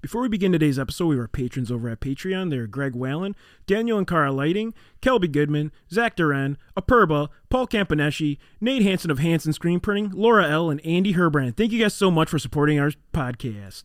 Before we begin today's episode, we have our patrons over at Patreon. They're Greg Whalen, Daniel and Cara Lighting, Kelby Goodman, Zach Duran, Apurba, Paul Campaneschi, Nate Hansen of Hansen Screen Printing, Laura L., and Andy Herbrand. Thank you guys so much for supporting our podcast.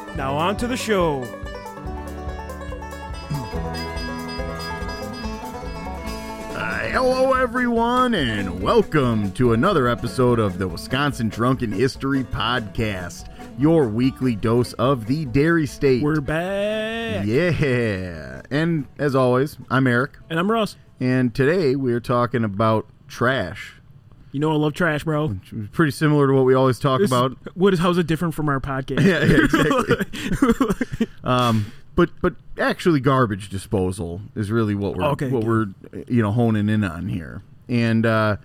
Now on to the show. Uh, hello, everyone, and welcome to another episode of the Wisconsin Drunken History Podcast, your weekly dose of the dairy state. We're back. yeah. And as always, I'm Eric, And I'm Russ. and today we're talking about trash. You know I love trash, bro. which is Pretty similar to what we always talk This- about. what is how's it different from our podcast? Yeah, yeah, exactly. um, but but actually, garbage disposal is really what we're Okay, what good. we're you know honing in on here. And uh,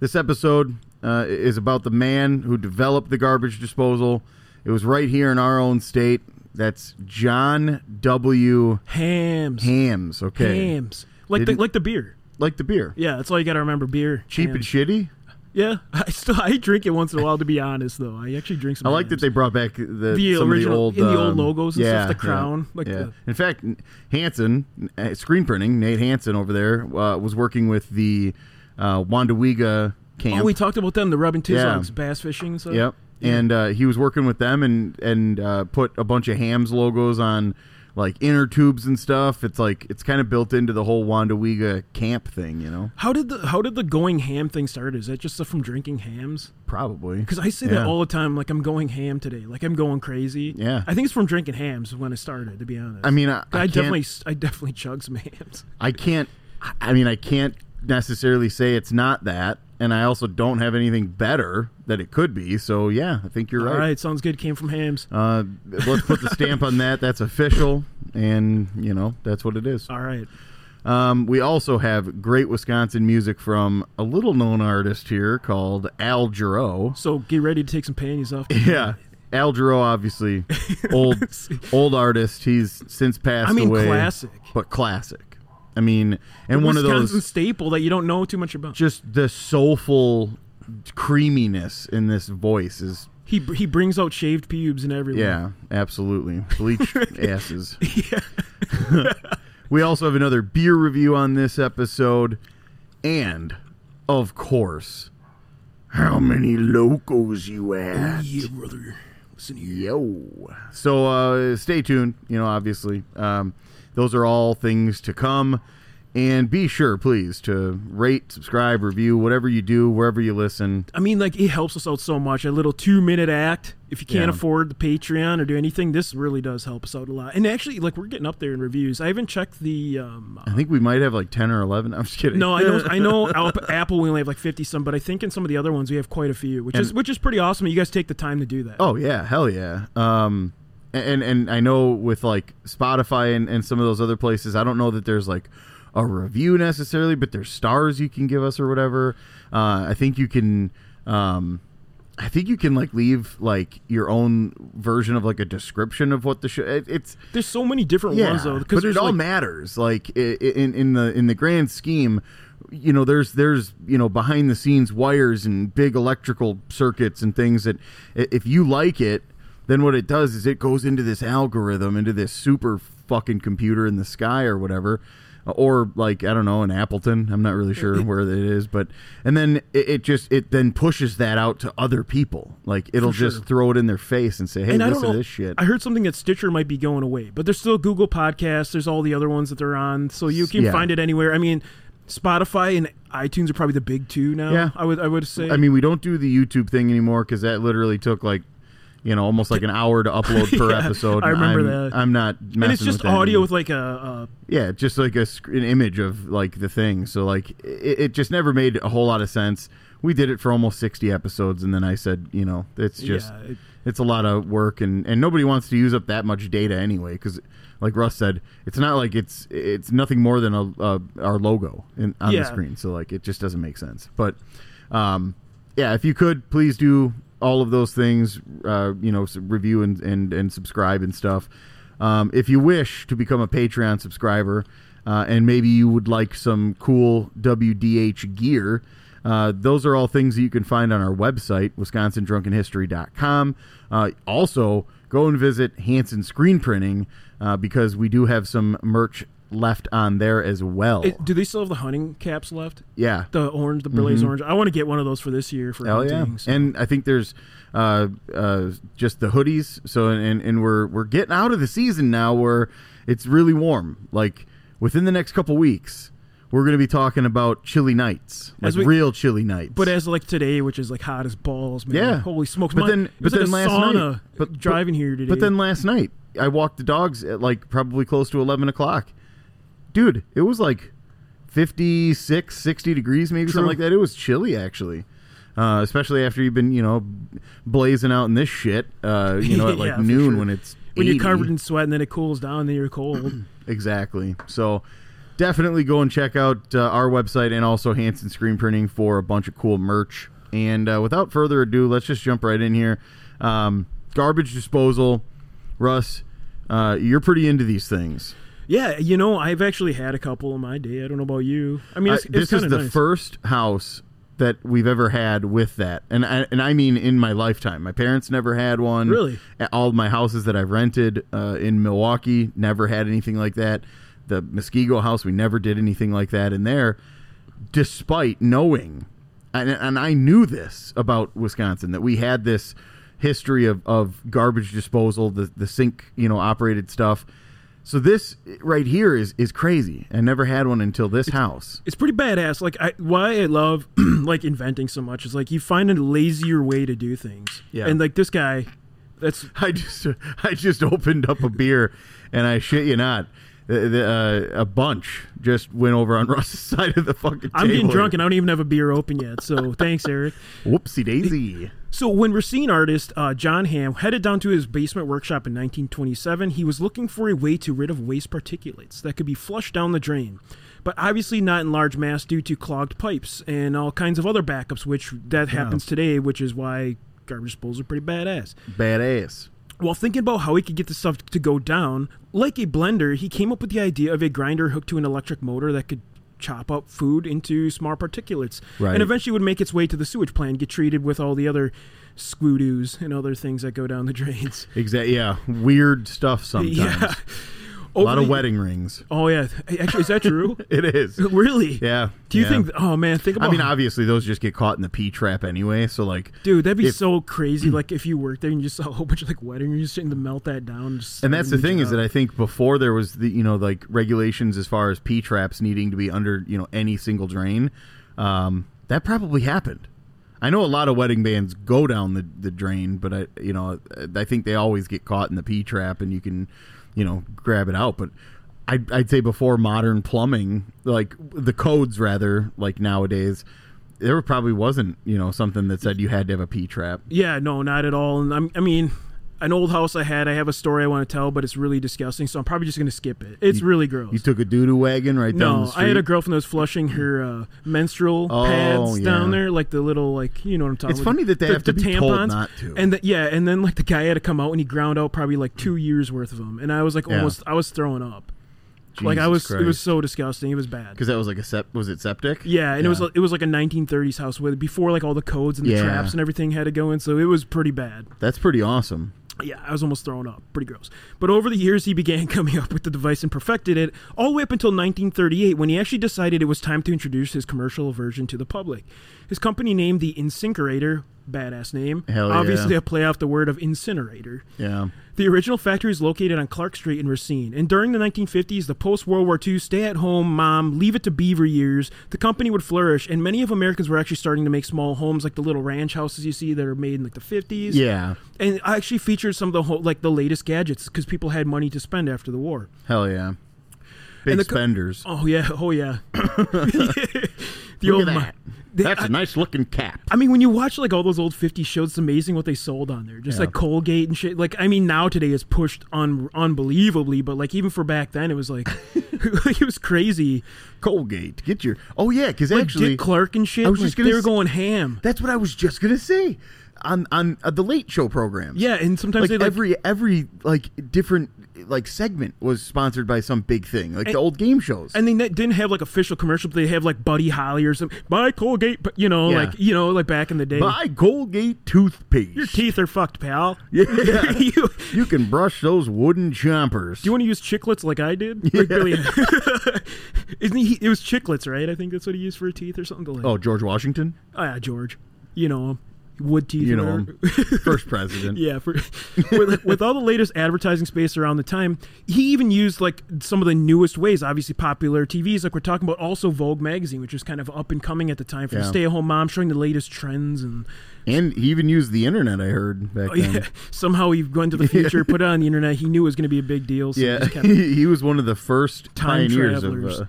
this episode uh, is about the man who developed the garbage disposal. It was right here in our own state. That's John W. Hams, Hams. Okay, hams, like the Didn't- like the beer. like the beer, Yeah, that's all you got to remember. Beer, cheap and Hams. shitty. yeah, I still I drink it once in a while. To be honest, though, I actually drink some. I like that Hams. they brought back the, The some original- of the in old, the old um, logos and stuff, yeah, the yeah, crown, like yeah. the- in fact, Hanson uh, screen printing, Nate Hanson over there uh, was working with the uh, Wandawega camp. Oh, we talked about them, the rubbing tizogs, Yeah. bass fishing. So yep, and uh, he was working with them and and uh, put a bunch of Hams logos on like inner tubes and stuff. It's like it's kind of built into the whole Wandawega camp thing, you know. How did the how did the going ham thing start? Is that just stuff from drinking hams? Probably Because I say Yeah. that all the time. Like I'm going ham today. Like I'm going crazy. Yeah. I think it's from drinking hams when I started. To be honest, I mean, I, I, I can't- definitely I definitely chug some hams. I can't. I mean, I can't necessarily say it's not that, and I also don't have anything better that it could be. So yeah, I think you're All right. right, sounds good. Came from hams. Uh, let's put the stamp on that. That's official, and you know that's what it is. All right. Um, we also have great Wisconsin music from a little known artist here called Al Jarreau. So get ready to take some panties off. Yeah. Al Jarreau, obviously, old old artist. He's since passed I mean, away. classic. but classic. I mean, and one of Wisconsin those staple that you don't know too much about. just the soulful creaminess in this voice is He he brings out shaved pubes and everything. yeah absolutely bleach asses Mm. Yeah. we also have another beer review on this episode and of course how many locals you at Yeah, brother. Listen here. yo so uh stay tuned you know obviously um those are all things to come and be sure please to rate subscribe review whatever you do wherever you listen I mean, like it helps us out so much. A little two minute act. If you can't Yeah. afford the Patreon or do anything, this really does help us out a lot. And actually, like we're getting up there in reviews. I haven't checked the. Um, I think we might have like ten or eleven. I'm just kidding. no, I know, I know. Alp- Apple, we only have like fifty some, but I think in some of the other ones we have quite a few, which is which is pretty awesome. that You guys take the time to do that. oh yeah, hell yeah. Um, and and I know with like Spotify and and some of those other places, I don't know that there's like a review necessarily, but there's stars you can give us or whatever. Uh, I think you can. Um, I think you can like leave like your own version of like a description of what the show. It, it's There's so many different yeah, ones though. 'cause but there's, it all like- matters. Like i- i- in in the in the grand scheme, you know, there's there's you know behind the scenes wires and big electrical circuits and things that i- if you like it, then what it does is it goes into this algorithm, into this super fucking computer in the sky or whatever. Or like I don't know in Appleton, I'm not really sure where it is, but and then it, it just it then pushes that out to other people. Like it'll sure. just throw it in their face and say, "Hey, and I don't listen know. to this shit." I heard something that Stitcher might be going away, but there's still Google Podcasts. There's all the other ones that they're on, so you can Yeah. find it anywhere. I mean, Spotify and iTunes are probably the big two now. Yeah. I would I would say. I mean, we don't do the YouTube thing anymore because that literally took like, you know, almost like an hour to upload per Yeah, episode. I and remember I'm, that. I'm not. Messing and it's just with that audio anymore. with like a, yeah, just like a sc- an image of like the thing. So like, it, it just never made a whole lot of sense. we did it for almost 60 episodes and then i said you know it's just Yeah, it- it's a lot of work and and nobody wants to use up that much data anyway because like russ said it's not like it's it's nothing more than a, a our logo in, on Yeah. the screen so like it just doesn't make sense but um yeah if you could please do all of those things uh you know s- review and and, and subscribe and stuff um, if you wish to become a patreon subscriber uh, and maybe you would like some cool wdh gear uh, those are all things that you can find on our website, wisconsindrunkenhistory.com. Uh, also, go and visit Hanson Screen Printing uh, because we do have some merch left on there as well. it- do they still have the hunting caps left? yeah. The orange, the Burley's orange. I want to get one of those for this year for Mm-hmm. Hell yeah! hunting. so- And I think there's uh, uh, just the hoodies. So and and we're we're getting out of the season now where it's really warm. Like within the next couple weeks, we're going to be talking about chilly nights, like As we- real chilly nights. But as like today, which is like hot as balls, man. Yeah. Holy smokes! But My- then- it was but like then a last sauna night- but- driving here today. But then last night, I walked the dogs at like probably close to 11 o'clock. Dude, it was like 56, 60 degrees, maybe True. something like that. It was chilly, actually. Uh, especially after you've been, you know, blazing out in this shit, uh, you know, at like Yeah, for noon sure. when it's when 80. you're covered in sweat and then it cools down, then you're cold. Exactly. So definitely go and check out uh, our website and also Hanson Screen Printing for a bunch of cool merch. And uh, without further ado, let's just jump right in here. Um, garbage disposal, Russ. Uh, you're pretty into these things. yeah, you know, I've actually had a couple in my day. I don't know about you. I mean, it's, I- this kind is of the nice. first house that we've ever had with that, and I, and I mean in my lifetime. My parents never had one. Really? A- all of my houses that I've rented uh, in Milwaukee never had anything like that. The Muskego house, we never did anything like that in there, despite knowing, and, and I knew this about Wisconsin that we had this history of, of garbage disposal, the the sink, you know, operated stuff. So this right here is is crazy. I never had one until this house. it's pretty badass. Like I, why I love like inventing so much is like you find a lazier way to do things. Yeah. And like this guy, that's I just I just opened up a beer, and I shit you not, uh, the, uh, a bunch just went over on Russ's side of the fucking. I'm getting table. drunk and I don't even have a beer open yet. So thanks, Eric. Whoopsie daisy. So when Racine artist uh, John Hamm headed down to his basement workshop in 1927, he was looking for a way to rid of waste particulates that could be flushed down the drain, but obviously not in large mass due to clogged pipes and all kinds of other backups, which that happens today, which is why garbage bowls are pretty badass. Badass. While thinking about how he could get the stuff to go down, like a blender, he came up with the idea of a grinder hooked to an electric motor that could chop up food into small particulates Right. and eventually would make its way to the sewage plant get treated with all the other squoodoos and other things that go down the drains Exactly. Yeah. Weird stuff sometimes. yeah A lot of wedding rings. oh yeah Hey, actually is that true It is. really Yeah. do you yeah. think oh man think about I mean, obviously, those just get caught in the pee trap anyway. So, like, dude that'd be if- so crazy like if you worked there and you saw a whole bunch of like wedding rings just sitting to melt that down and, just and that's the starting thing is job. that I think before there was the you know like regulations as far as P traps needing to be under you know any single drain, um, that probably happened. I know a lot of wedding bands go down the, the drain, but I you know I think they always get caught in the P trap and you can you know grab it out. But I'd, I'd say before modern plumbing, like the codes rather like nowadays, there probably wasn't you know something that said you had to have a P trap. Yeah, no, not at all. And I'm, I mean, an old house I had. I have a story I want to tell, but it's really disgusting, so I'm probably just going to skip it. It's really gross. You took a doo doo wagon right down the no, street. I had a girlfriend that was flushing her uh, menstrual Oh, pads down yeah. there, like the little, like you know what I'm talking. It's about. funny that they the, have the to be tampons. told not to. And the, yeah, and then like the guy had to come out and he ground out probably like two years worth of them, and I was like Yeah. almost, I was throwing up. like I Jesus was, it was Christ. so disgusting. It was bad. because that was like a sep- was it septic? Yeah, and it was it was like a 1930s house with before like all the codes and the Yeah. traps and everything had to go in, so it was pretty bad. that's pretty awesome. Yeah, I was almost thrown up. Pretty gross. But over the years, he began coming up with the device and perfected it, all the way up until 1938 when he actually decided it was time to introduce his commercial version to the public. His company named the Incinerator, badass name. Hell yeah. Obviously, a play off the word of incinerator. Yeah, The original factory is located on Clark Street in Racine, and during the 1950s, the post World War II stay at home mom, leave it to beaver years, the company would flourish, and many of Americans were actually starting to make small homes like the little ranch houses you see that are made in like the 50s yeah, and I actually featured some of the whole, like the latest gadgets because people had money to spend after the war. hell yeah. Big the co- spenders. Oh yeah, oh yeah. the Look old at mi- that. They- That's I- a nice looking cap. I mean, when you watch like all those old 50 shows, it's amazing what they sold on there. Just like Colgate and shit. Like, I mean, now today is pushed un- unbelievably, but like even for back then, it was like, it was crazy. Colgate, get your. Oh yeah, because actually, Dick Clark and shit. I was like, just gonna they were s- going ham. that's what I was just gonna say on on uh, the late show programs. Yeah, and sometimes Like they like every every like different like segment was sponsored by some big thing, like the old game shows. and they ne- didn't have like official commercial, but they have like Buddy Holly or something. Buy Colgate, but you know, Yeah. like you know, like back in the day, Buy Colgate toothpaste. your teeth are fucked, pal. Yeah. you, you can brush those wooden chompers. Do you want to use chiclets like I did? Like Billy- Isn't he? It was chiclets, right? I think that's what he used for teeth or something. Like, oh, George Washington. oh, yeah, George, you know him, wood teeth. You or know him, whatever. first president. Yeah, for, with, with all the latest advertising space around the time, he even used like some of the newest ways, obviously popular TVs, like we're talking about, also Vogue magazine, which was kind of up and coming at the time for the Yeah. stay-at-home mom, showing the latest trends and And he even used the internet. I heard back oh, then. yeah, somehow he went to the future, put it on the internet. He knew it was going to be a big deal. So he Yeah, just kept- he, he was one of the first Time pioneers travelers. of, uh,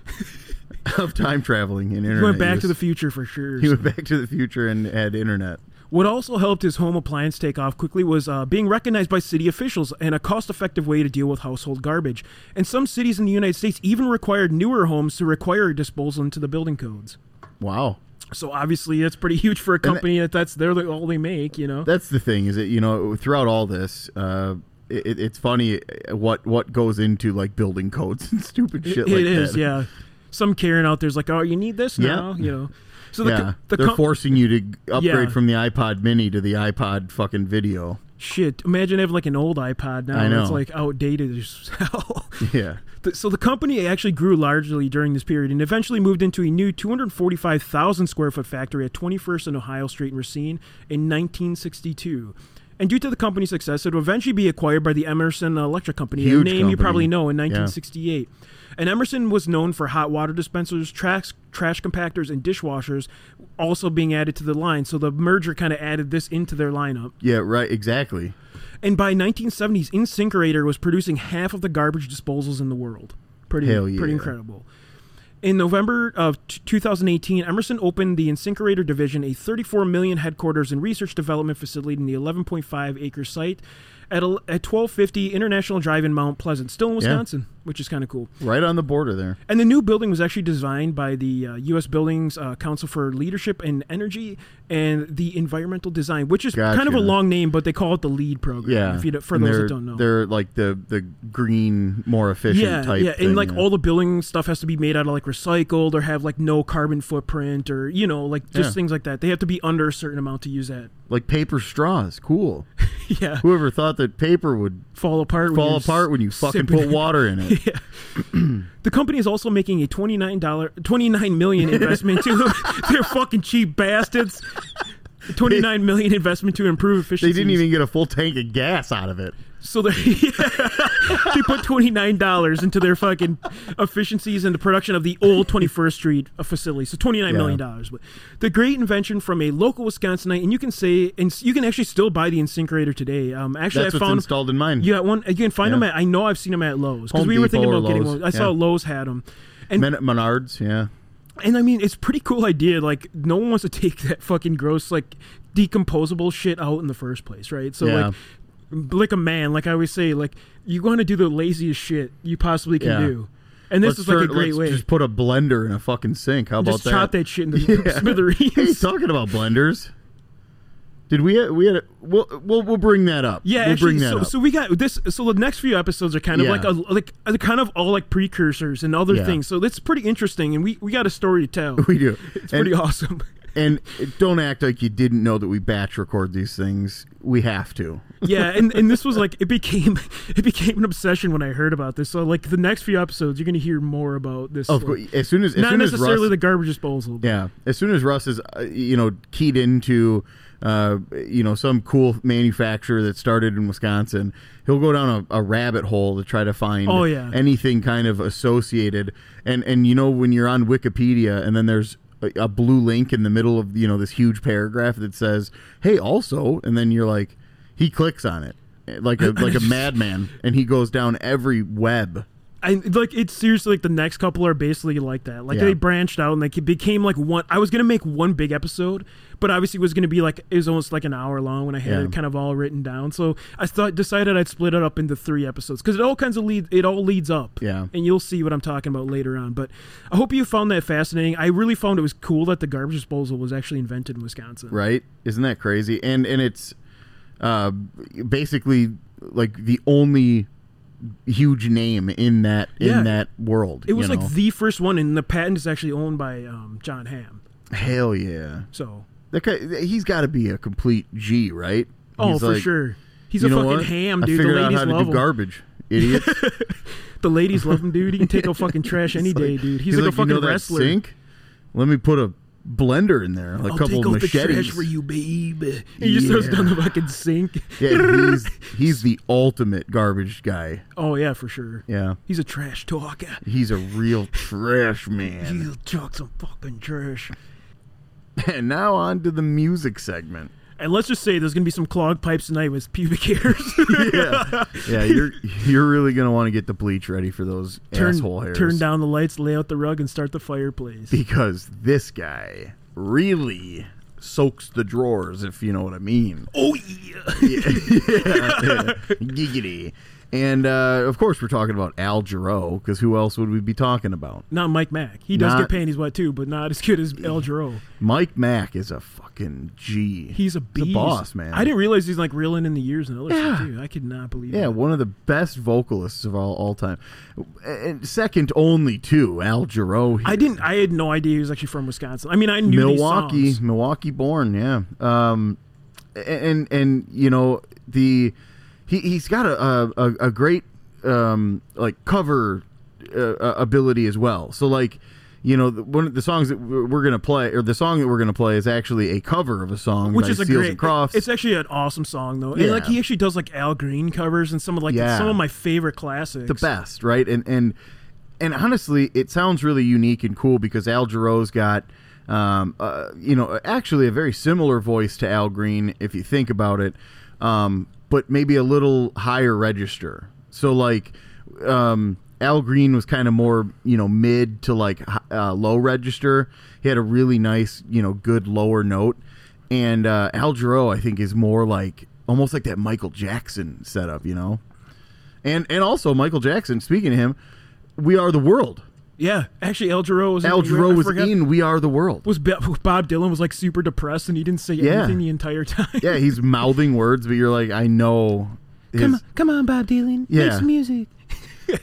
of time traveling in internet. he went back use. to the future for sure. he so. went back to the future and had internet. What also helped his home appliance take off quickly was uh, being recognized by city officials and a cost effective way to deal with household garbage. And some cities in the United States even required newer homes to require disposal into the building codes. Wow, So obviously, that's pretty huge for a company that that's they're the, all they make, you know? that's the thing is that you know throughout all this, uh, it, it's funny uh, what what goes into like building codes and stupid shit. It is, like that. yeah. Some Karen out there's like, oh, you need this Yeah. now, you know? So Yeah, the, they're com- forcing you to upgrade Yeah. from the iPod Mini to the iPod fucking video. shit, imagine having like an old iPod now. I know. It's like outdated as hell. Yeah, The- So the company actually grew largely during this period and eventually moved into a new 245,000 square foot factory at 21st and Ohio Street in Racine in 1962. And due to the company's success, it would eventually be acquired by the Emerson Electric Company, a name Huge you company. probably know, in Yeah. 1968. And Emerson was known for hot water dispensers, trash, trash compactors, and dishwashers also being added to the line. So the merger kind of added this into their lineup. yeah, right, exactly. And by 1970s, InSinkerator was producing half of the garbage disposals in the world. Pretty, Hell yeah. pretty incredible. In November of t- 2018, Emerson opened the InSinkerator division, a 34 million headquarters and research development facility in the 11.5 acre site at, a, at 1250 International Drive in Mount Pleasant, still in Wisconsin, which is kind of cool. Right on the border there. And the new building was actually designed by the uh, U.S. Buildings uh, Council for Leadership and Energy and the Environmental Design, which is kind of a Gotcha. long name, but they call it the LEED program. Yeah, If you, don't- for And those they're- that don't know. they're like the the green, more efficient yeah, type. yeah, thing, and like yeah. all the building stuff has to be made out of like recycled or have like no carbon footprint or you know like just Yeah. things like that. They have to be under a certain amount to use that. like paper straws. Cool. yeah, Whoever thought that paper would fall apart. when fall you're s- apart when you fucking sipping put water in it? Yeah. the company is also making a twenty nine dollar twenty nine million investment to they're fucking cheap bastards. Twenty nine million investment to improve They efficiency. didn't even get a full tank of gas out of it. so they they put twenty nine dollars into their fucking efficiencies in the production of the old twenty first Street uh, facility. So twenty nine Yeah. million dollars, but the great invention from a local Wisconsinite, and you can say and you can actually still buy the incinerator today. Um, actually, That's I what's found installed in mine. you got one. You can find Yeah. them at. I know I've seen them at Lowe's because Home we were thinking Depot about or getting Lowe's, one. I saw yeah. Lowe's had them, and Men- Menards, yeah. and I mean it's a pretty cool idea. Like no one wants to take that fucking gross like decomposable shit out in the first place, right? So Yeah. like like a man, like I always say, like you want to do the laziest shit you possibly can Yeah. do, and this Let's is like a turn- great let's way. Just put a blender in a fucking sink. How about Just that? chop that shit into Yeah. Hey, smithereens. talking about blenders. Did we? We had. A, we'll, we'll we'll bring that up. Yeah, we'll actually, bring that so, up. so we got this. So the next few episodes are kind of Yeah. like a like are kind of all like precursors and other Yeah. things. So that's pretty interesting, and we we got a story to tell. we do. It's and, pretty awesome. and don't act like you didn't know that we batch record these things. We have to. yeah, and, and this was like it became it became an obsession when I heard about this. So like the next few episodes, you're gonna hear more about this. Of like, course, as soon as as not soon as necessarily Russ, the garbage disposal. But Yeah, as soon as Russ is, uh, you know, keyed into, uh, you know, some cool manufacturer that started in Wisconsin, he'll go down a, a rabbit hole to try to find Oh, yeah. anything kind of associated. And and you know when you're on Wikipedia and then there's a, a blue link in the middle of you know this huge paragraph that says, "Hey, also," and then you're like, he clicks on it like a like a madman, and he goes down every web. I like it's seriously like the next couple are basically like that. Like Yeah. they branched out and they became like one. I was gonna make one big episode, but obviously it was gonna be like it was almost like an hour long when I had Yeah. it kind of all written down. So I thought decided I'd split it up into three episodes because it all kinds of lead it all leads up. Yeah. and you'll see what I'm talking about later on. But I hope you found that fascinating. I really found it was cool that the garbage disposal was actually invented in Wisconsin. right? Isn't that crazy? And and it's uh, basically like the only huge name in that Yeah. in that world. It was you like know? the first one, and the patent is actually owned by um, John Hamm. hell yeah. So That guy, he's got to be a complete G, right? Oh, He's for like, sure. He's "You a know fucking what? ham, I dude. The figured out ladies how to love do him. garbage, idiot. the ladies love him, dude. He can take a fucking trash any day, dude. He's, like, a "You fucking know that wrestler. sink? Let me put a blender in there, a I'll couple take of out the trash machetes. for you, baby. He just throws Yeah. down the fucking sink. yeah, he's he's the ultimate garbage guy. Oh yeah, for sure. Yeah, He's a trash talker. he's a real trash man. He'll talk some fucking trash. And now on to the music segment. And let's just say there's gonna be some clogged pipes tonight with pubic hairs. Yeah, yeah, you're you're really gonna want to get the bleach ready for those asshole turn, hairs. turn down the lights, lay out the rug, and start the fireplace. because this guy really soaks the drawers, if you know what I mean. oh yeah. Giggity. And uh, of course, we're talking about Al Jarreau because who else would we be talking about? Not Mike Mack. He does Not- get panties wet too, but not as good as El Giro. Mike Mack is a fucking G. He's a beast. boss, man. I didn't realize he's like reeling in the years and other stuff too. I could not believe Yeah, it. one of the best vocalists of all, all time, and second only to Al Jarreau. I here. didn't. I had no idea he was actually from Wisconsin. I mean, I knew these Milwaukee, songs. Milwaukee born, yeah. Um, and and you know the he he's got a a, a- a great um like cover uh, uh, ability as well. So like you know the, one of the songs that we're we're gonna play or the song that we're gonna play is actually a cover of a song which by is a Seals great. and Crofts. It's actually an awesome song though. Yeah. And like he actually does like Al Green covers and some of like Yeah. some of my favorite classics. the best, right? And and and honestly, it sounds really unique and cool because Al Jarreau's got, um, uh, you know, actually a very similar voice to Al Green if you think about it, um, but maybe a little higher register. So like, um, Al Green was kind of more, you know, mid to like hi- uh, low register. He had a really nice, you know, good lower note. And uh, Al Jarreau, I think, is more like almost like that Michael Jackson setup, you know? And and also Michael Jackson. Speaking of him, We Are the World. Yeah, actually, El Giro was Al I Jarreau was forgot- in We Are the World. Was Be- Bob Dylan was like super depressed and he didn't say Yeah. anything the entire time. Yeah, he's mouthing words, but you're like, I know. his- come on, come on, Bob Dylan, Yeah. make some music.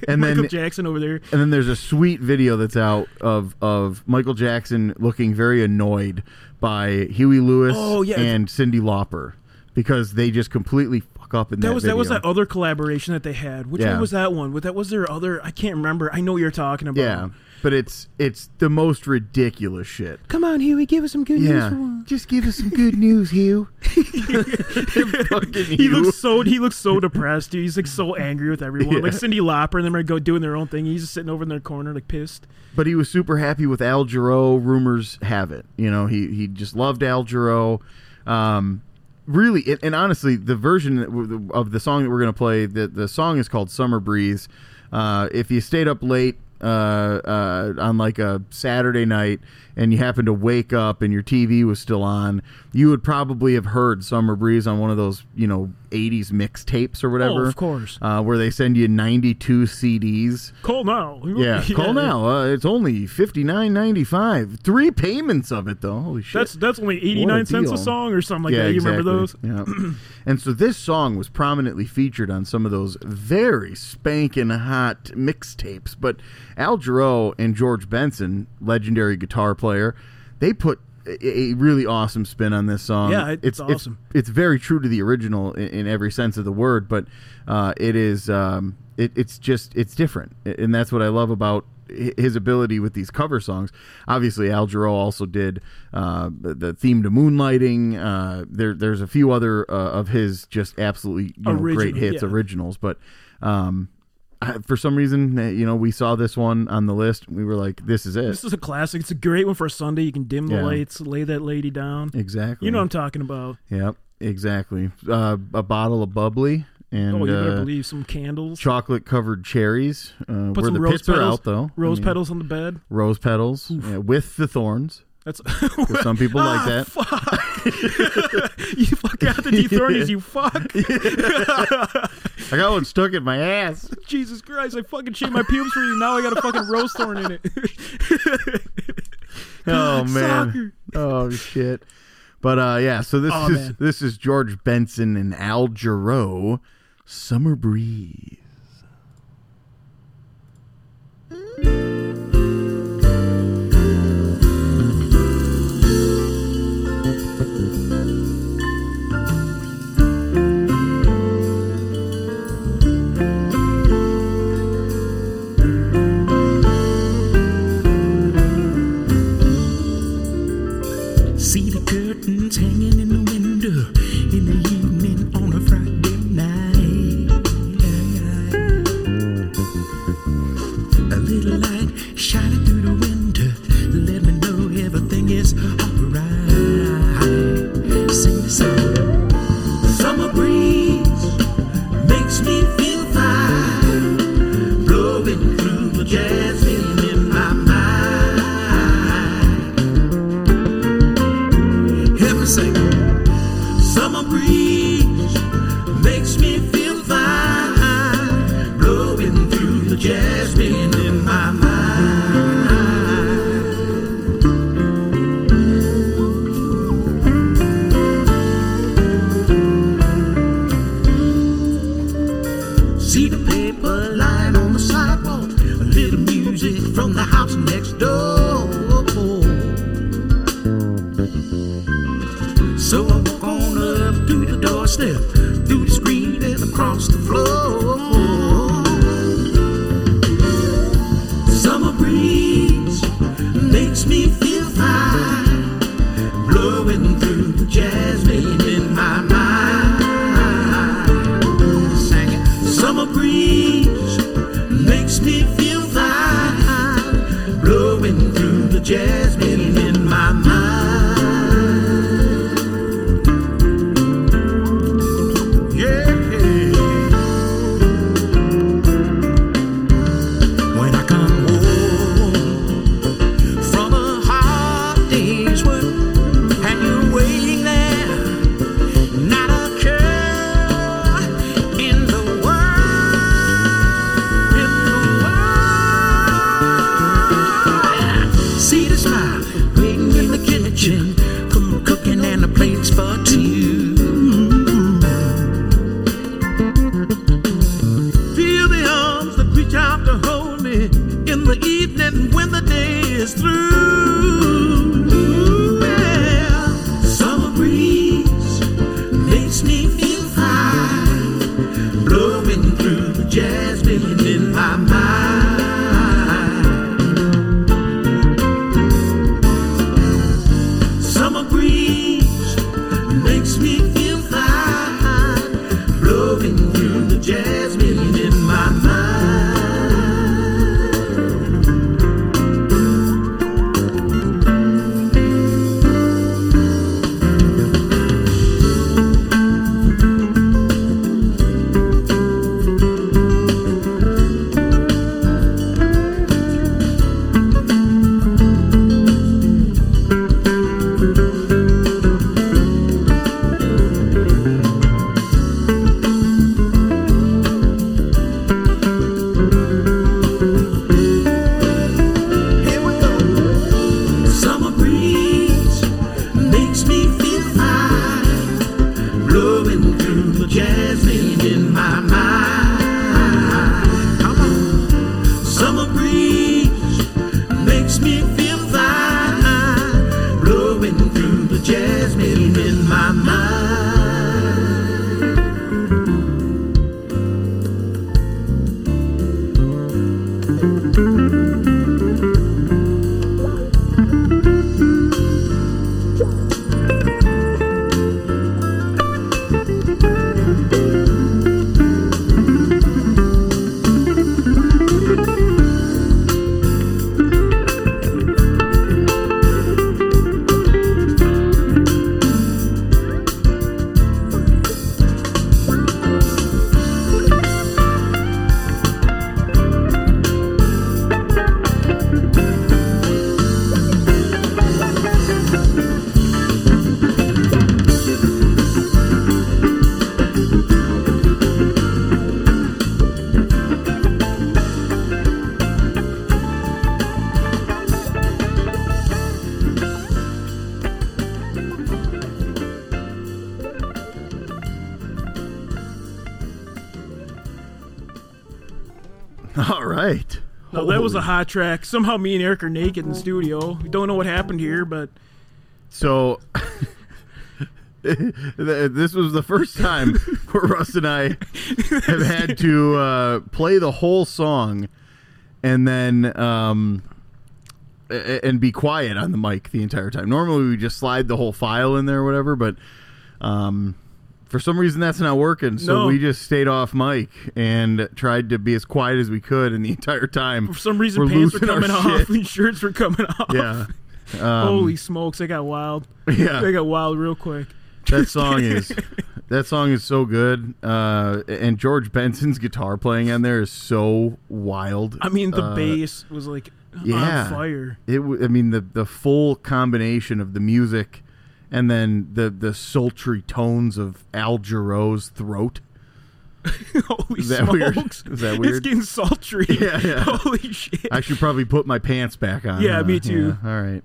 and Michael then Jackson over there. and then there's a sweet video that's out of of Michael Jackson looking very annoyed by Huey Lewis Oh, yeah. and Cindy Lauper because they just completely fuck up in that. That was that was video. that other collaboration that they had. Which Yeah. one was that one? What that was their other? I can't remember. I know what you're talking about. Yeah, but it's it's the most ridiculous shit. Come on, Huey, give us some good news. For Yeah, once. just give us some good news, Hugh. Fucking He Hugh. looks so he looks so depressed, dude. He's like so angry with everyone. Like Cindy Lauper and them are go doing their own thing. He's just sitting over in their corner, like pissed. but he was super happy with Al Jarreau. Rumors have it, you know, he he just loved Al Jarreau. Um, really, and, and honestly, the version that w- of the song that we're gonna play, the the song is called "Summer Breeze." Uh, if you stayed up late. Uh, uh, on like a Saturday night, and you happened to wake up and your TV was still on, you would probably have heard "Summer Breeze" on one of those, you know, '80s mixtapes or whatever. Oh, of course. uh, where they send you 92 CDs. Call now. Yeah, call now. Uh, it's only fifty nine ninety five. Three payments of it though. Holy shit! That's that's only eighty nine cents a deal. song or something like that. You remember those? those? Yeah. and so this song was prominently featured on some of those very spanking hot mixtapes. But Al Jarreau and George Benson, legendary guitar player, they put a, a really awesome spin on this song. Yeah, it- it's awesome. It's, very true to the original in, in every sense of the word, but uh, it is. Um, it, it's just it's different, and that's what I love about hi- his ability with these cover songs. Obviously, Al Jarreau also did uh, the the theme to Moonlighting. Uh, there, there's a few other uh, of his just absolutely you know, great Original, hits, yeah. originals. But um, I, for some reason, uh, you know, we saw this one on the list. And we were like, "This is it." This is a classic. It's a great one for a Sunday. You can dim the Yeah. lights, lay that lady down. exactly. You know what I'm talking about. Yep. Exactly. Uh, a bottle of bubbly. and oh, you better uh, believe some candles. chocolate covered cherries. Uh, Put where some the rose pits petals, are out though. Rose I mean, petals on the bed. Rose petals yeah, with the thorns. That's some people like Ah, that. Fuck. you fuck out the dethronees, you fuck. I got one stuck in my ass. Jesus Christ, I fucking shaved my pubes for you. Now I got a fucking rose thorn in it. Soccer. Oh man. Oh shit. But uh yeah, so this Aw, is Oh, man. this is George Benson and Al Jarreau, Summer Breeze. See the curtains hanging in the window in the evening on a Friday night. A little light shining through the window, let me know everything is alright. Sing the song. Summer breeze makes me feel fine, blowing through the jasmine in my mind. Hear me sing. Summer breeze makes me feel fine, blowing through the jasmine in my mind. See the paper lying on the sidewalk, a little music from the house next door. So I walk on up to the doorstep, through the screen and across the floor. Summer breeze makes me feel fine, blowing through the jasmine in my mind. Sing it. Summer breeze makes me feel fine, blowing through the jasmine in my mind. Yeah. When I come home from a hard day's work and you're waiting there, not a care in the world, in the world. See the smile waiting in the kitchen, food cooking and the plates for two. Feel the arms that reach out to hold me in the evening when the day is through. Yeah. Summer breeze makes me feel fine, blowing through the jasmine in my mind. Summer breeze makes me feel fine, blowing through the jasmine in my mind. Here we go. Summer breeze makes me feel fine, blowing through the jasmine in my mind. Come on. Summer breeze makes me feel fine, blowing through the jasmine in my mind. Thank All right. No, that was a Holy- hot track. Somehow me and Eric are naked in the studio. We don't know what happened here, but so. th- this was the first time where Russ and I have had to uh, play the whole song and then um, a- a- and be quiet on the mic the entire time. Normally we just slide the whole file in there or whatever, but um, for some reason that's not working. So No. we just stayed off mic and tried to be as quiet as we could and the entire time. for some reason we're pants were losing our coming off shit. and shirts were coming off. Yeah. um, Holy smokes, I got wild. Yeah. I got wild real quick. that song is that song is so good uh, and george benson's guitar playing on there is so wild I mean, the Uh, bass was like yeah. on fire. it w- i mean the the full combination of the music and then the the sultry tones of al jarreau's throat Holy Is that weird? smokes. Is that It's weird? getting sultry. Yeah, yeah. Holy shit. I should probably put my pants back on. Yeah, huh? me too. Yeah, all right.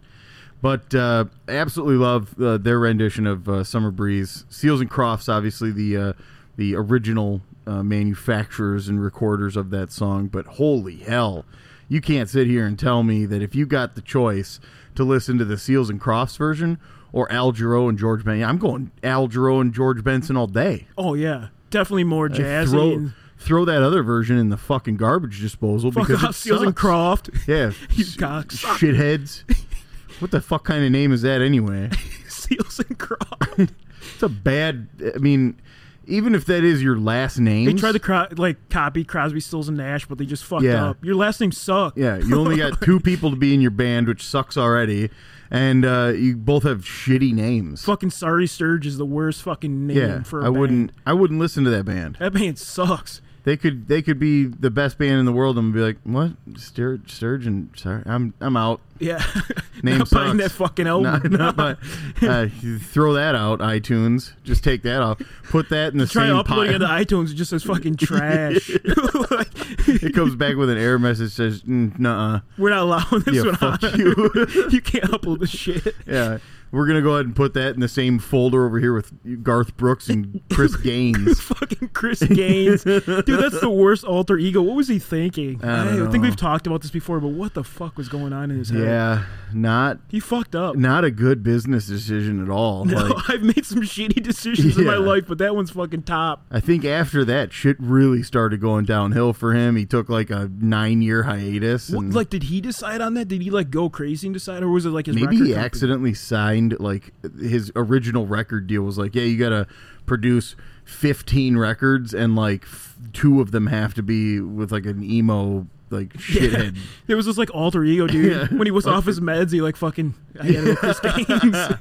But uh, absolutely love uh, their rendition of uh, "Summer Breeze." Seals and Crofts, obviously the uh, the original uh, manufacturers and recorders of that song. But holy hell, you can't sit here and tell me that if you got the choice to listen to the Seals and Crofts version or Al Jarreau and George Benson, I'm going Al Jarreau and George Benson all day. oh, yeah. Definitely more jazzy. Throw, and throw that other version in the fucking garbage disposal fuck because it off, Seals and sucks. Croft. Yeah. You s- cocks. Shitheads. What the fuck kind of name is that anyway? Seals and Croft. It's a bad. I mean, even if that is your last name. They tried to cro- like copy Crosby, Stills, and Nash, but they just fucked Yeah. up. Your last name sucked. Yeah, you only got two people to be in your band, which sucks already. And uh, you both have shitty names. Fucking Sorry Sturge is the worst fucking name yeah, for I I wouldn't. I wouldn't listen to that band. That band sucks. They could. They could be the best band in the world, and be like, "What, Stur- Sturgeon? Sorry, I'm. I'm out. Yeah. Name Not buying sucks. that fucking album. Not- not my- uh, throw that out, iTunes. Just take that off. Put that in the Try same uploading pile. it to iTunes. It just says fucking trash. Like, it comes back with an error message says, mm, "Nah, we're not allowing this yeah, one fuck on. you." You can't upload this shit. yeah, we're gonna go ahead and put that in the same folder over here with Garth Brooks and Chris Gaines. fucking Chris Gaines. Dude, that's the worst alter ego. What was he thinking? I don't think know. we've talked about this before, but what the fuck was going on in his head? yeah, not He fucked up. not a good business decision at all. No, Like, I've made some shitty decisions in my Yeah. life, but that one's fucking top. I think after that, shit really started going downhill for him. He took like a nine-year hiatus. What, And like, did he decide on that? Did he like go crazy and decide, or was it like his maybe record he company? accidentally signed like his original record deal was like yeah you gotta produce 15 records and like f- two of them have to be with like an emo like shithead It was just like alter ego, dude. When he was off his meds, he like fucking. I gotta go Chris Gaines.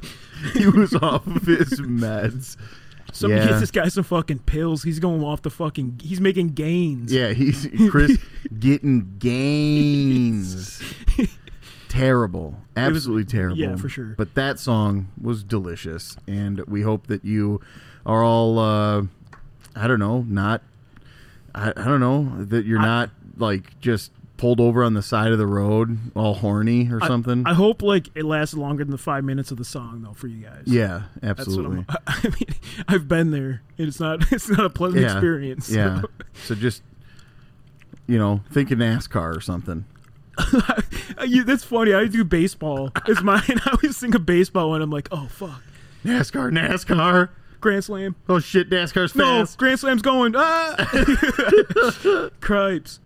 he was off of his meds Somebody Yeah. gets this guy some fucking pills. He's going off the fucking. He's making gains. yeah he's chris getting gains terrible absolutely terrible yeah, for sure. but that song was delicious and we hope that you are all uh i don't know not i, I don't know that you're not like just pulled over on the side of the road all horny or I- something I, hope like it lasts longer than the five minutes of the song though for you guys. yeah That's what absolutely I'm, I mean, I've been there, and it's not it's not a pleasant yeah experience. yeah so just you know think of nascar or something Uh, you, that's funny. I do baseball. It's mine. I always think of baseball when I'm like, oh fuck, nascar nascar grand slam. oh shit nascar's No, fast grand slam's going. Ah, cripes.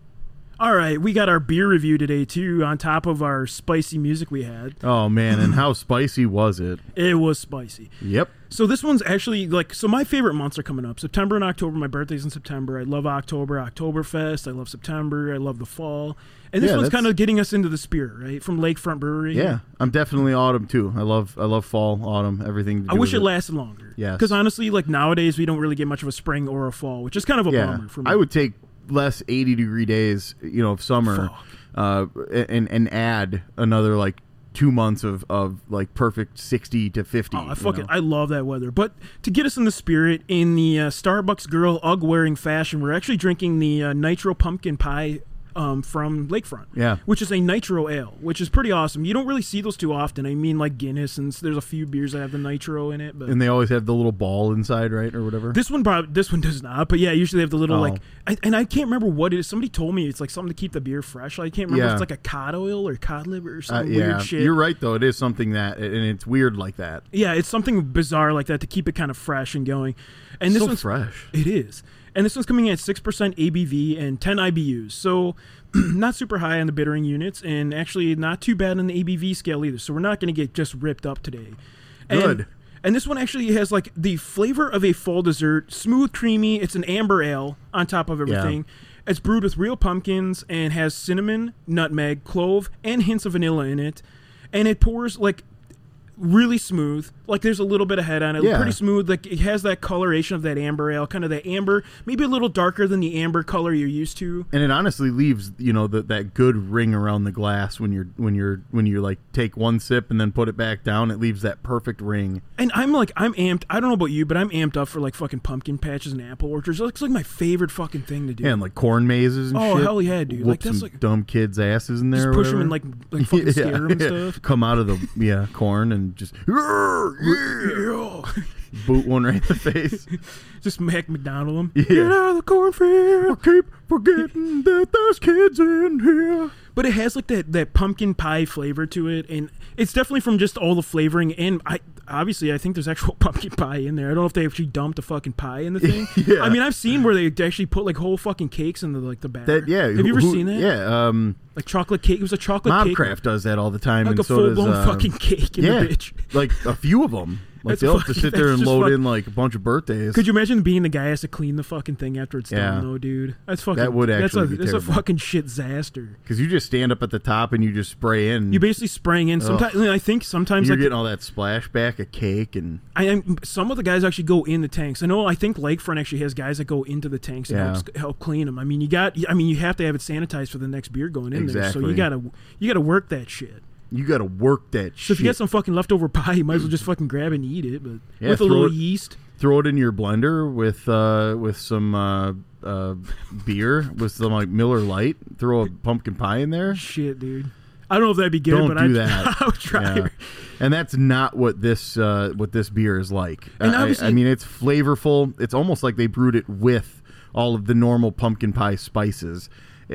All right, we got our beer review today too. On top of our spicy music we had, oh man and how spicy was it it was spicy. yep So this one's actually like so my favorite months are coming up. September and October. My birthday's in September. I love October, Oktoberfest. I love September. I love the fall. And this Yeah, one's that's- kind of getting us into the spirit, right? From Lakefront Brewery. yeah i'm definitely autumn too i love i love fall autumn everything to I do wish with it lasted longer. Yes. Because honestly, like nowadays we don't really get much of a spring or a fall, which is kind of a bummer for me. I would take less 80 degree days, you know, of summer, Fuck. uh, and and add another like two months of of like perfect 60 to 50. Oh, I you fucking know? I love that weather. But to get us in the spirit, in the uh, Starbucks girl UGG wearing fashion, we're actually drinking the uh, Nitro Pumpkin Pie um, from Lakefront. Yeah. Which is a nitro ale, which is pretty awesome. You don't really see those too often. I mean, like Guinness, and s- there's a few beers that have the nitro in it, but. And they always have the little ball inside, right, or whatever. this one probably this one does not, but yeah, usually they have the little Oh. like, I, and I can't remember what it is. Somebody told me it's like something to keep the beer fresh. I can't remember Yeah. if it's like a cod oil or cod liver or Uh, some yeah, weird shit. you're right though. It is something that, and it's weird like that. Yeah, it's something bizarre like that to keep it kind of fresh and going. And this so one's fresh. It is. And this one's coming in at 6% ABV and 10 IBUs. So not super high on the bittering units and actually not too bad on the ABV scale either. So we're not going to get just ripped up today. And- Good. And this one actually has like the flavor of a fall dessert, smooth, creamy. It's an amber ale on top of everything. It's brewed with real pumpkins and has cinnamon, nutmeg, clove, and hints of vanilla in it. And it pours like really smooth. Like there's a little bit of head on it, Yeah. pretty smooth. Like it has that coloration of that amber ale, kind of that amber, maybe a little darker than the amber color you're used to. and it honestly leaves you know the, that good ring around the glass when you're when you're when you like take one sip and then put it back down it leaves that perfect ring And I'm like, I'm amped. I don't know about you, but I'm amped up for like fucking pumpkin patches and apple orchards. It's like my favorite fucking thing to do. and like corn mazes and Oh, shit. hell yeah, dude. Like, Whoop that's some like- dumb kids asses in there or Just push 'em in like whatever. like fucking Yeah, scare 'em and yeah. stuff. come out of the yeah corn and just Yeah. boot one right in the face Just Mac McDonald 'em. Yeah. Get out of the cornfield. keep forgetting that there's kids in here But it has like that, that pumpkin pie flavor to it, and it's definitely from just all the flavoring. And I obviously I think there's actual pumpkin pie in there. I don't know if they actually dumped a fucking pie in the thing. Yeah. I mean I've seen where they actually put like whole fucking cakes in the like the batter. that yeah Have you ever who- seen that? yeah um Like chocolate cake. It was a chocolate cake. mobcraft does that all the time Like and a so full does, blown uh, fucking cake in yeah, the bitch. like a few of them. Like That's they'll have to fucking- sit there that's and just load fuck- in like a bunch of birthdays. Could you imagine being the guy who has to clean the fucking thing after it's Yeah. done though, dude? That's fucking That would that's a actually be that's a terrible. fucking shit disaster. Because you just stand up at the top and you just spray in. You basically spraying in. Sometimes I think sometimes You're like getting all that splashback of cake and I am some of the guys actually go in the tanks. I know I think Lakefront actually has guys that go into the tanks and Yeah. helps, help clean them. I mean, you got I mean, you have to have it sanitized for the next beer going in there. So you Exactly. got to you got to work that shit. you got to work that So shit. if you got some fucking leftover pie, you might as well just fucking grab it and eat it, but Yeah, with a throw little it- yeast. Throw it in your blender with uh, with some uh, uh, beer with some like Miller Light. Throw a pumpkin pie in there. Shit, dude. I don't know if that'd be good, Don't but do I'd, that. I would try. Yeah. And that's not what this uh, what this beer is like. And I, obviously- I mean, it's flavorful. It's almost like they brewed it with all of the normal pumpkin pie spices.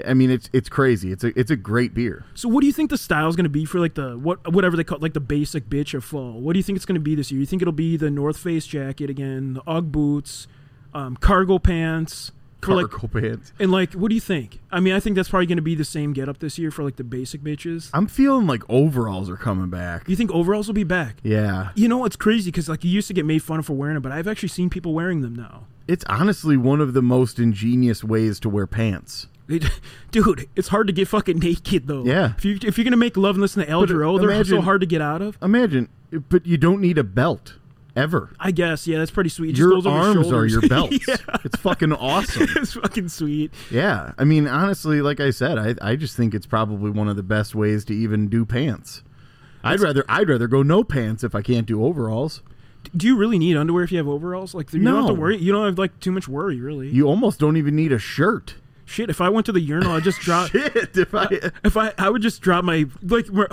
I mean, it's it's crazy. It's a it's a great beer. So what do you think the style's going to be for like the what whatever they call it, like the basic bitch of fall? What do you think it's going to be this year? You think it'll be the North Face jacket again, the UGG boots, um, cargo pants, for like Cargo pants. and like what do you think? I mean, I think that's probably going to be the same getup this year for like the basic bitches. I'm feeling like overalls are coming back. You think overalls will be back? Yeah, You know it's crazy because like you used to get made fun of for wearing them, but I've actually seen people wearing them now. it's honestly one of the most ingenious ways to wear pants. They- Dude, it's hard to get fucking naked though. Yeah. If you if you're gonna make love and listen to El But uh, Giro, they're so imagine- hard to get out of. Imagine, but you don't need a belt ever. I guess yeah, that's pretty sweet. It just goes Your over arms are shoulders. your belts. yeah. It's fucking awesome. it's fucking sweet. Yeah, I mean, honestly, like I said, I I just think it's probably one of the best ways to even do pants. I'd rather I'd rather go no pants if I can't do overalls. Do you really need underwear if you have overalls? Like you don't have to No. worry. You don't have like too much worry, really. You almost don't even need a shirt. Shit, if I went to the urinal, I just drop. Shit, if I If I, I would just drop my like, we're-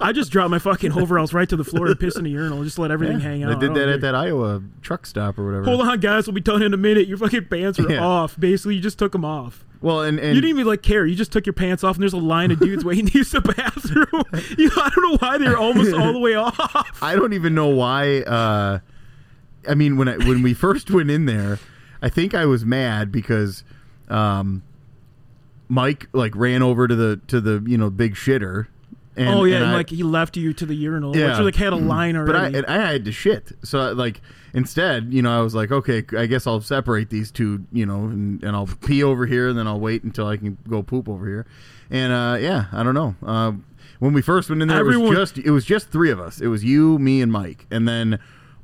I just drop my fucking overalls right to the floor and piss in the urinal. Just let everything hang out. I did I that don't at care. that Iowa truck stop or whatever. Hold on, guys. We'll be done in a minute. Your fucking pants are Yeah. off. Basically, you just took them off. Well, and, and You didn't even like care. You just took your pants off, and there's a line of dudes waiting to use the bathroom. you, I don't know why they're almost all the way off. I don't even know why. Uh, I mean, when I, when we first went in there, I think I was mad because um, Mike like ran over to the to the you know big shitter. And, oh yeah, and, I- like he left you to the urinal, Yeah. Mm-hmm. which like had a line but I, already. and I had to shit. So like instead, you know, I was like, okay, I guess I'll separate these two, you know, and, and I'll pee over here, and then I'll wait until I can go poop over here. And uh, yeah, I don't know. Uh, when we first went in there, it Everyone- was just it was just three of us. It was you, me, and Mike, and then.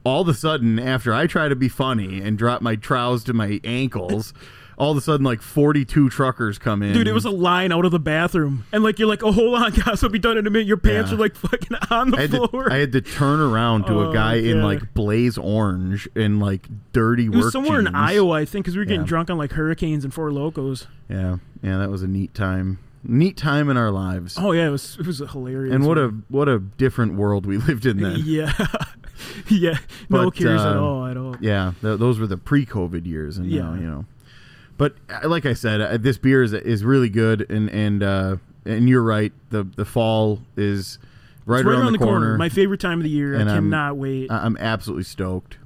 All of a sudden, after I try to be funny and drop my trowels to my ankles, all of a sudden like 42 truckers come in. Dude, it was a line out of the bathroom, and like you're like, oh, hold on, guys, I'll be done in a minute. Your pants Yeah. are like fucking on the I had, to, floor. I had to turn around to Oh, a guy in God. like blaze orange and like dirty it was work somewhere in jeans. Iowa, I think, because we were getting Yeah. drunk on like hurricanes and four locos. Yeah, yeah, that was a neat time. Neat time in our lives. Oh yeah, it was it was hilarious. and what a what a different world we lived in then. yeah, yeah, no But, cares at uh, all, at all. Yeah, th- those were the pre-COVID years, and now Yeah. you know. But uh, like I said, uh, this beer is is really good, and and uh, and you're right. The the fall is right, It's around, the corner. My favorite time of the year. And I I'm- cannot wait. I- I'm absolutely stoked.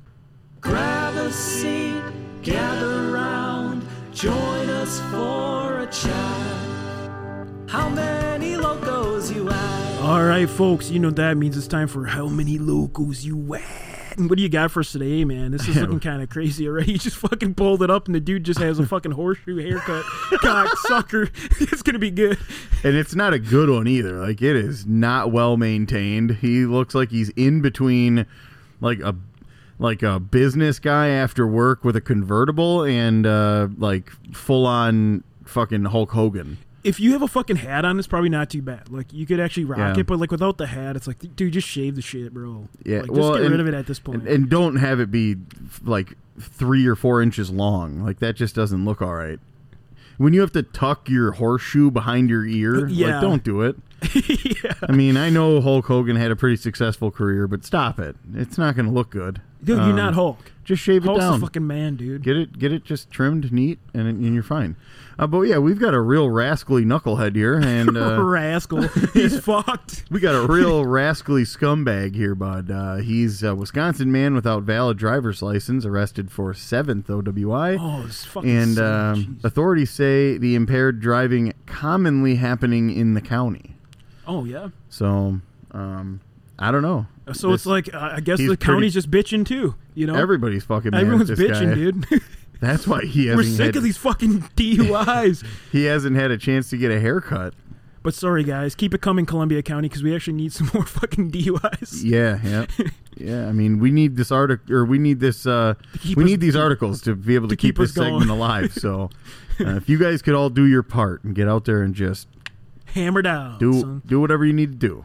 Grab a seat, gather round, join us for a chat. How many locos you have? all right, folks, you know that means it's time for how many locals you at. And What do you got for us today, man? This is looking kind of crazy already. You just fucking pulled it up, and the dude just has a fucking horseshoe haircut. Cock sucker. it's gonna be good. And it's not a good one either. Like it is not well maintained. He looks like he's in between, like a like a business guy after work with a convertible and uh, like full on fucking Hulk Hogan. If you have a fucking hat on, it's probably not too bad. Like you could actually rock Yeah. it, but like without the hat, it's like, dude, just shave the shit, bro. Yeah, like, just well, get and- rid of it at this point. and, and don't have it be f- like three or four inches long. Like that just doesn't look all right. When you have to tuck your horseshoe behind your ear, yeah. like don't do it. yeah. I mean, I know Hulk Hogan had a pretty successful career, but stop it. It's not going to look good. Dude, Um, you're not Hulk. Just shave it Hulk's down. a fucking man, dude. get it, get it, just trimmed neat, and, and you're fine. Uh, but yeah, we've got a real rascally knucklehead here, and uh, rascal. He's fucked. we got a real rascally scumbag here, bud. Uh, he's a Wisconsin man without valid driver's license, arrested for seventh OWI. Oh, it's fucking and sad. um, Jeez. authorities say the impaired driving commonly happening in the county. oh yeah. So um, I don't know. So it's This- like uh, I guess he's the pretty- county's just bitching too. You know, everybody's fucking. Mad at everyone's this bitching, guy. dude. That's why he We're hasn't. sick had, of these fucking DUIs. He hasn't had a chance to get a haircut. but sorry, guys, keep it coming, Columbia County, because we actually need some more fucking DUIs. Yeah, yeah, yeah. I mean, we need this article, or we need this. Uh, keep we us- need these articles to be able to, to keep this us going. segment alive. So, uh, if you guys could all do your part and get out there and just Hammer down. Do son. do whatever you need to do.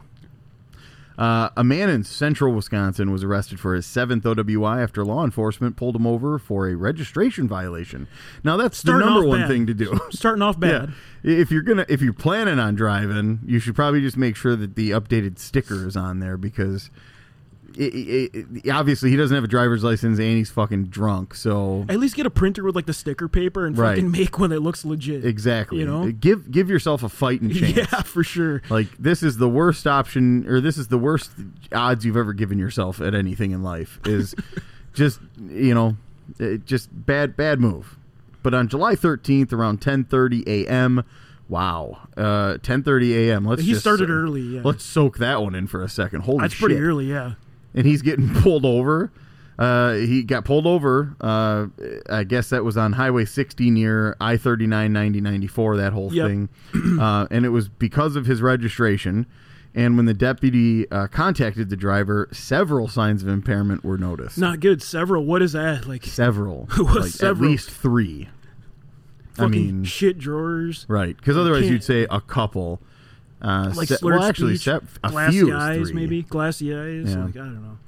Uh, a man in central Wisconsin was arrested for his seventh OWI after law enforcement pulled him over for a registration violation. Now that's Starting the number off one bad. thing to do. Starting off yeah, bad. if you're gonna if you're planning on driving, you should probably just make sure that the updated sticker is on there because. It, it, it- obviously, he doesn't have a driver's license, and he's fucking drunk. So At least get a printer with like the sticker paper and Right. fucking make one that looks legit. exactly, You know? give give yourself a fighting chance. Yeah, for sure. Like this is the worst option, or this is the worst odds you've ever given yourself at anything in life. Is just you know, it, just bad bad move. But on July thirteenth, around ten thirty a.m. Wow, uh, ten thirty a.m. Let's He just- started early, yeah. Let's soak that one in for a second. Holy That's pretty shit early, yeah. and he's getting pulled over. Uh, he got pulled over. Uh, I guess that was on Highway 60 near I 39 90 94, that whole Yep. thing. Uh, and it was because of his registration. And when the deputy uh, contacted the driver, several signs of impairment were noticed. Not good. Several. What is that? Like Several. was like at several. least three. fucking I mean, shit drawers. right. Because otherwise can't- you'd say a couple. Uh, like se- slurred well, actually, speech, se- a glassy few is eyes, three. maybe glassy eyes. Yeah. Like I don't know,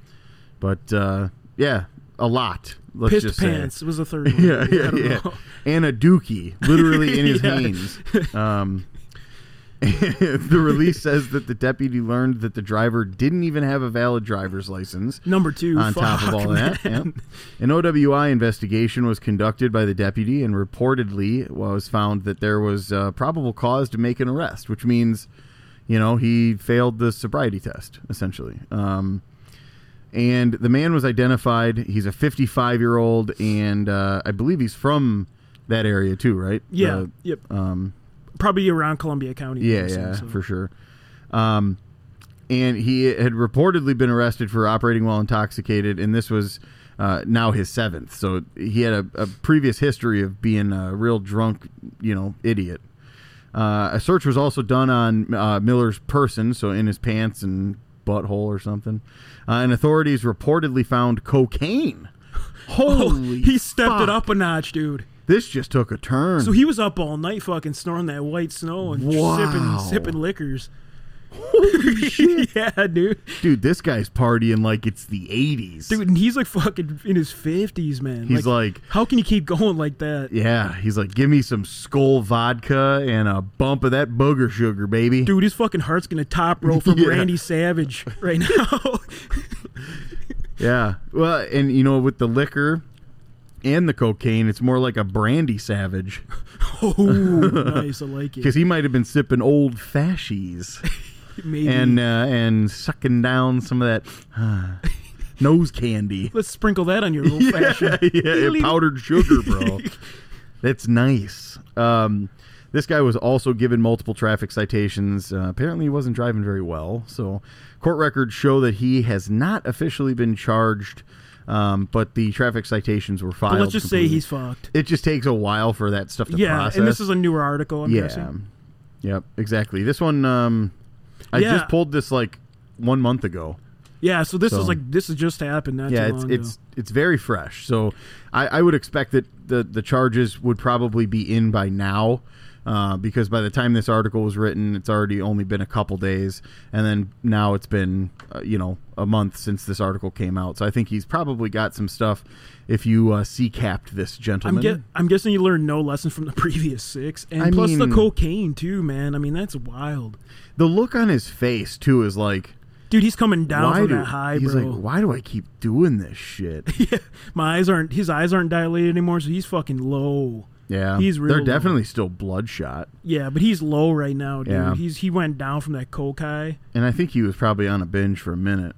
But uh, yeah, a lot. Let's pissed just say. pants was the third one. yeah, I yeah, don't yeah. know. And a dookie, literally in his Yeah. hands. Um, the release says that the deputy learned that the driver didn't even have a valid driver's license. Number two, on fuck, top of all that, man. yep. an OWI investigation was conducted by the deputy, and reportedly was found that there was uh, probable cause to make an arrest, which means, you know, he failed the sobriety test essentially. Um, and the man was identified. He's a 55 year old, and uh, I believe he's from that area too, right? Yeah, The- yep. um, Probably around Columbia County. yeah, I'm guessing, yeah, so. for sure. Um, and he had reportedly been arrested for operating while intoxicated, and this was uh, now his seventh. So he had a, a previous history of being a real drunk, you know, idiot. Uh, a search was also done on uh, Miller's person, so in his pants and butthole or something. Uh, and authorities reportedly found cocaine. Oh, Holy he stepped it fuck. up a notch, dude. This just took a turn. So he was up all night fucking snoring that white snow and Wow. sipping sipping liquors. yeah, dude. Dude, this guy's partying like it's the 80s. Dude, and he's like fucking in his fifties, man. He's like- how can you keep going like that? Yeah, he's like, give me some skull vodka and a bump of that booger sugar, baby. Dude, his fucking heart's gonna top roll from Yeah. Randy Savage right now. Yeah. Well, and you know, with the liquor and the cocaine, it's more like a brandy savage oh, nice, I like it. because he might have been sipping old fashies Maybe. and uh, and sucking down some of that ah, nose candy. Let's sprinkle that on your old yeah, fashioned. yeah, powdered sugar, bro. That's nice. Um, this guy was also given multiple traffic citations. Uh, apparently, he wasn't driving very well. So, court records show that he has not officially been charged, um, but the traffic citations were filed. But let's just say completely. he's fucked. It just takes a while for that stuff to Yeah, process. and this is a newer article. I'm yeah, guessing. yep, exactly. This one, um, I Yeah. just pulled this like one month ago. Yeah, so this So- is like this has just happened. Not yeah, too it's long it's it's very fresh. So I, I would expect that the the charges would probably be in by now, uh, because by the time this article was written, it's already only been a couple days, and then now it's been uh, you know a month since this article came out. So I think he's probably got some stuff. If you uh, see capped this I'm gentleman, get, I'm guessing you learned no lessons from the previous six, and I plus mean- the cocaine too, man. I mean that's wild, the look on his face too is like dude. He's coming down why from do that high, he's bro. like why do I keep doing this shit? My eyes aren't his eyes aren't dilated anymore, so he's fucking low. Yeah, He's real they're low. definitely still bloodshot. Yeah, but he's low right now, dude. Yeah. He's he went down from that coke high. And I think he was probably on a binge for a minute.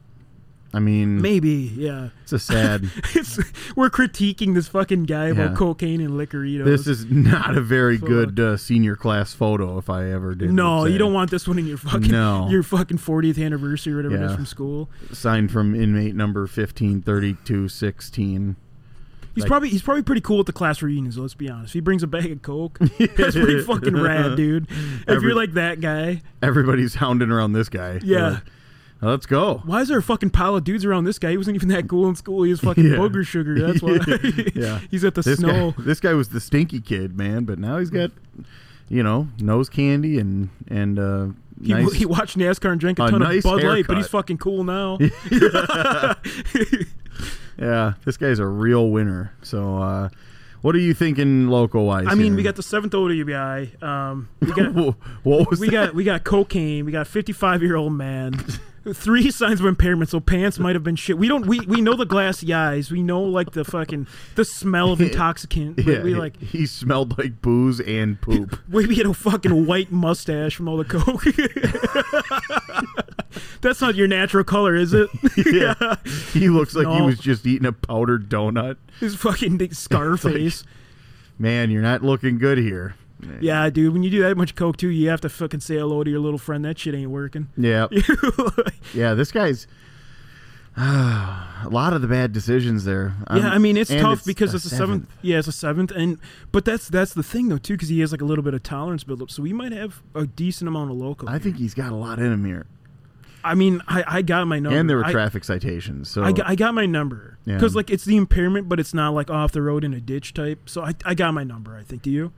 I mean, Maybe, yeah. it's a sad. It's, we're critiquing this fucking guy Yeah. about cocaine and licoritos. this is not a very good uh, senior class photo if I ever did. no, would say. you don't want this one in your fucking No. your fucking 40th anniversary or whatever it is Yeah. from school. Signed from inmate number 153216. He's Like- probably he's probably pretty cool at the class reunions. Let's be honest. If he brings a bag of coke, that's pretty fucking rad, dude. If Every- you're like that guy, Everybody's hounding around this guy. They're Yeah. like, Let's go. why is there a fucking pile of dudes around this guy? He wasn't even that cool in school. He was fucking Yeah. booger sugar. That's why. Yeah. he's at the This snow. guy, this guy was the stinky kid, man, but now he's got, you know, nose candy and and uh, He, nice. he watched NASCAR and drank a a ton nice of Bud Light, haircut. but he's fucking cool now. yeah, this guy's a real winner. So, uh, what are you thinking local wise? I mean, we got the seventh OWI. Um, we got what was we that? got we got cocaine. We got fifty-five year old man. Three signs of impairment, so pants might have been shit. We don't we, we know the glassy eyes. We know like the fucking the smell of intoxicant. but we he- like he smelled like booze and poop. Wait, he had a fucking white mustache from all the coke. That's not your natural color, is it? yeah, he looks like he No. was just eating a powdered donut. His fucking big scar face. Man, you're not looking good here. yeah, dude. When you do that much coke too, you have to fucking say hello to your little friend. That shit ain't working. Yeah, yeah. This guy's a lot of the bad decisions there. Um, Yeah, I mean it's and tough because it's a seventh. seventh. Yeah, it's a seventh, and but that's that's the thing though too because he has like a little bit of tolerance buildup, so we might have a decent amount of local. I I, think he's got a lot in him here, mean, I, I got my number, and there were Oh, I- traffic citations. So I, got, I got my number Yeah. because like it's the impairment, but it's not like off the road in a ditch type. So I I got my number. I think. Do you?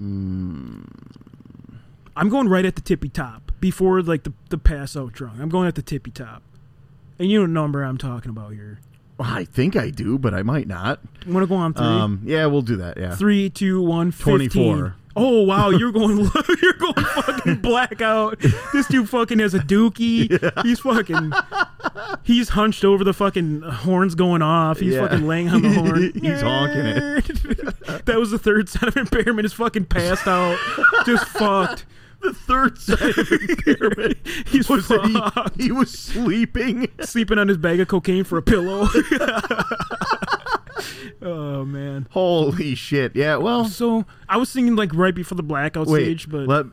Hmm. I'm going right at the tippy top before like the the pass out drunk. I'm going at the tippy top, and you know the number I'm talking about here. I think I do, but I might not. Want to go on three? Um, yeah, we'll do that. Yeah, Three, two, one, 24. 15. Oh wow, you're going you're going fucking blackout. This dude fucking has a dookie. He's fucking he's hunched over the fucking horns going off. He's Yeah. fucking laying on the horn. He's honking it. that was the third sign of impairment. Is fucking passed out. Just fucked. the third side of impairment He's was that fucked. he, he was sleeping. Sleeping on his bag of cocaine for a pillow. oh man. Holy shit! Yeah, well, So I was thinking like right before the blackout wait, stage, but let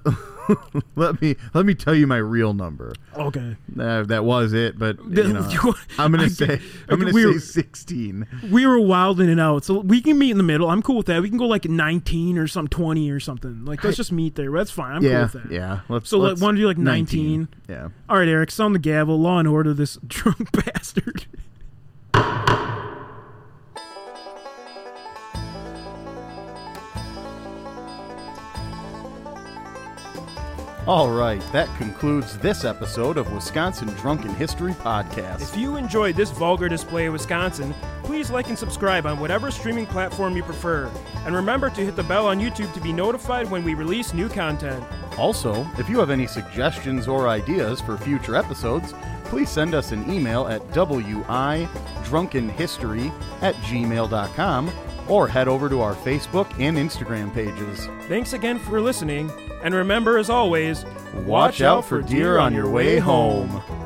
let me let me tell you my real number. okay. Uh, that was it, but you That- know, you- I'm gonna I- say I'm gonna we say were- 16. we were wilding it out. So we can meet in the middle. I'm cool with that. We can go like 19 or some 20 or something. Like let's just meet there. That's fine. I'm cool Yeah, with that. yeah. Let's So, like, let's- wanna do, like, 19? Yeah, All right, Eric, sound the gavel. Law and order this drunk bastard. All right, that concludes this episode of Wisconsin Drunken History Podcast. If you enjoyed this vulgar display of Wisconsin, please like and subscribe on whatever streaming platform you prefer. And remember to hit the bell on YouTube to be notified when we release new content. Also, if you have any suggestions or ideas for future episodes, please send us an email at widrunkenhistory at gmail.com or head over to our Facebook and Instagram pages. Thanks again for listening, and remember as always, Watch out for deer on your way home.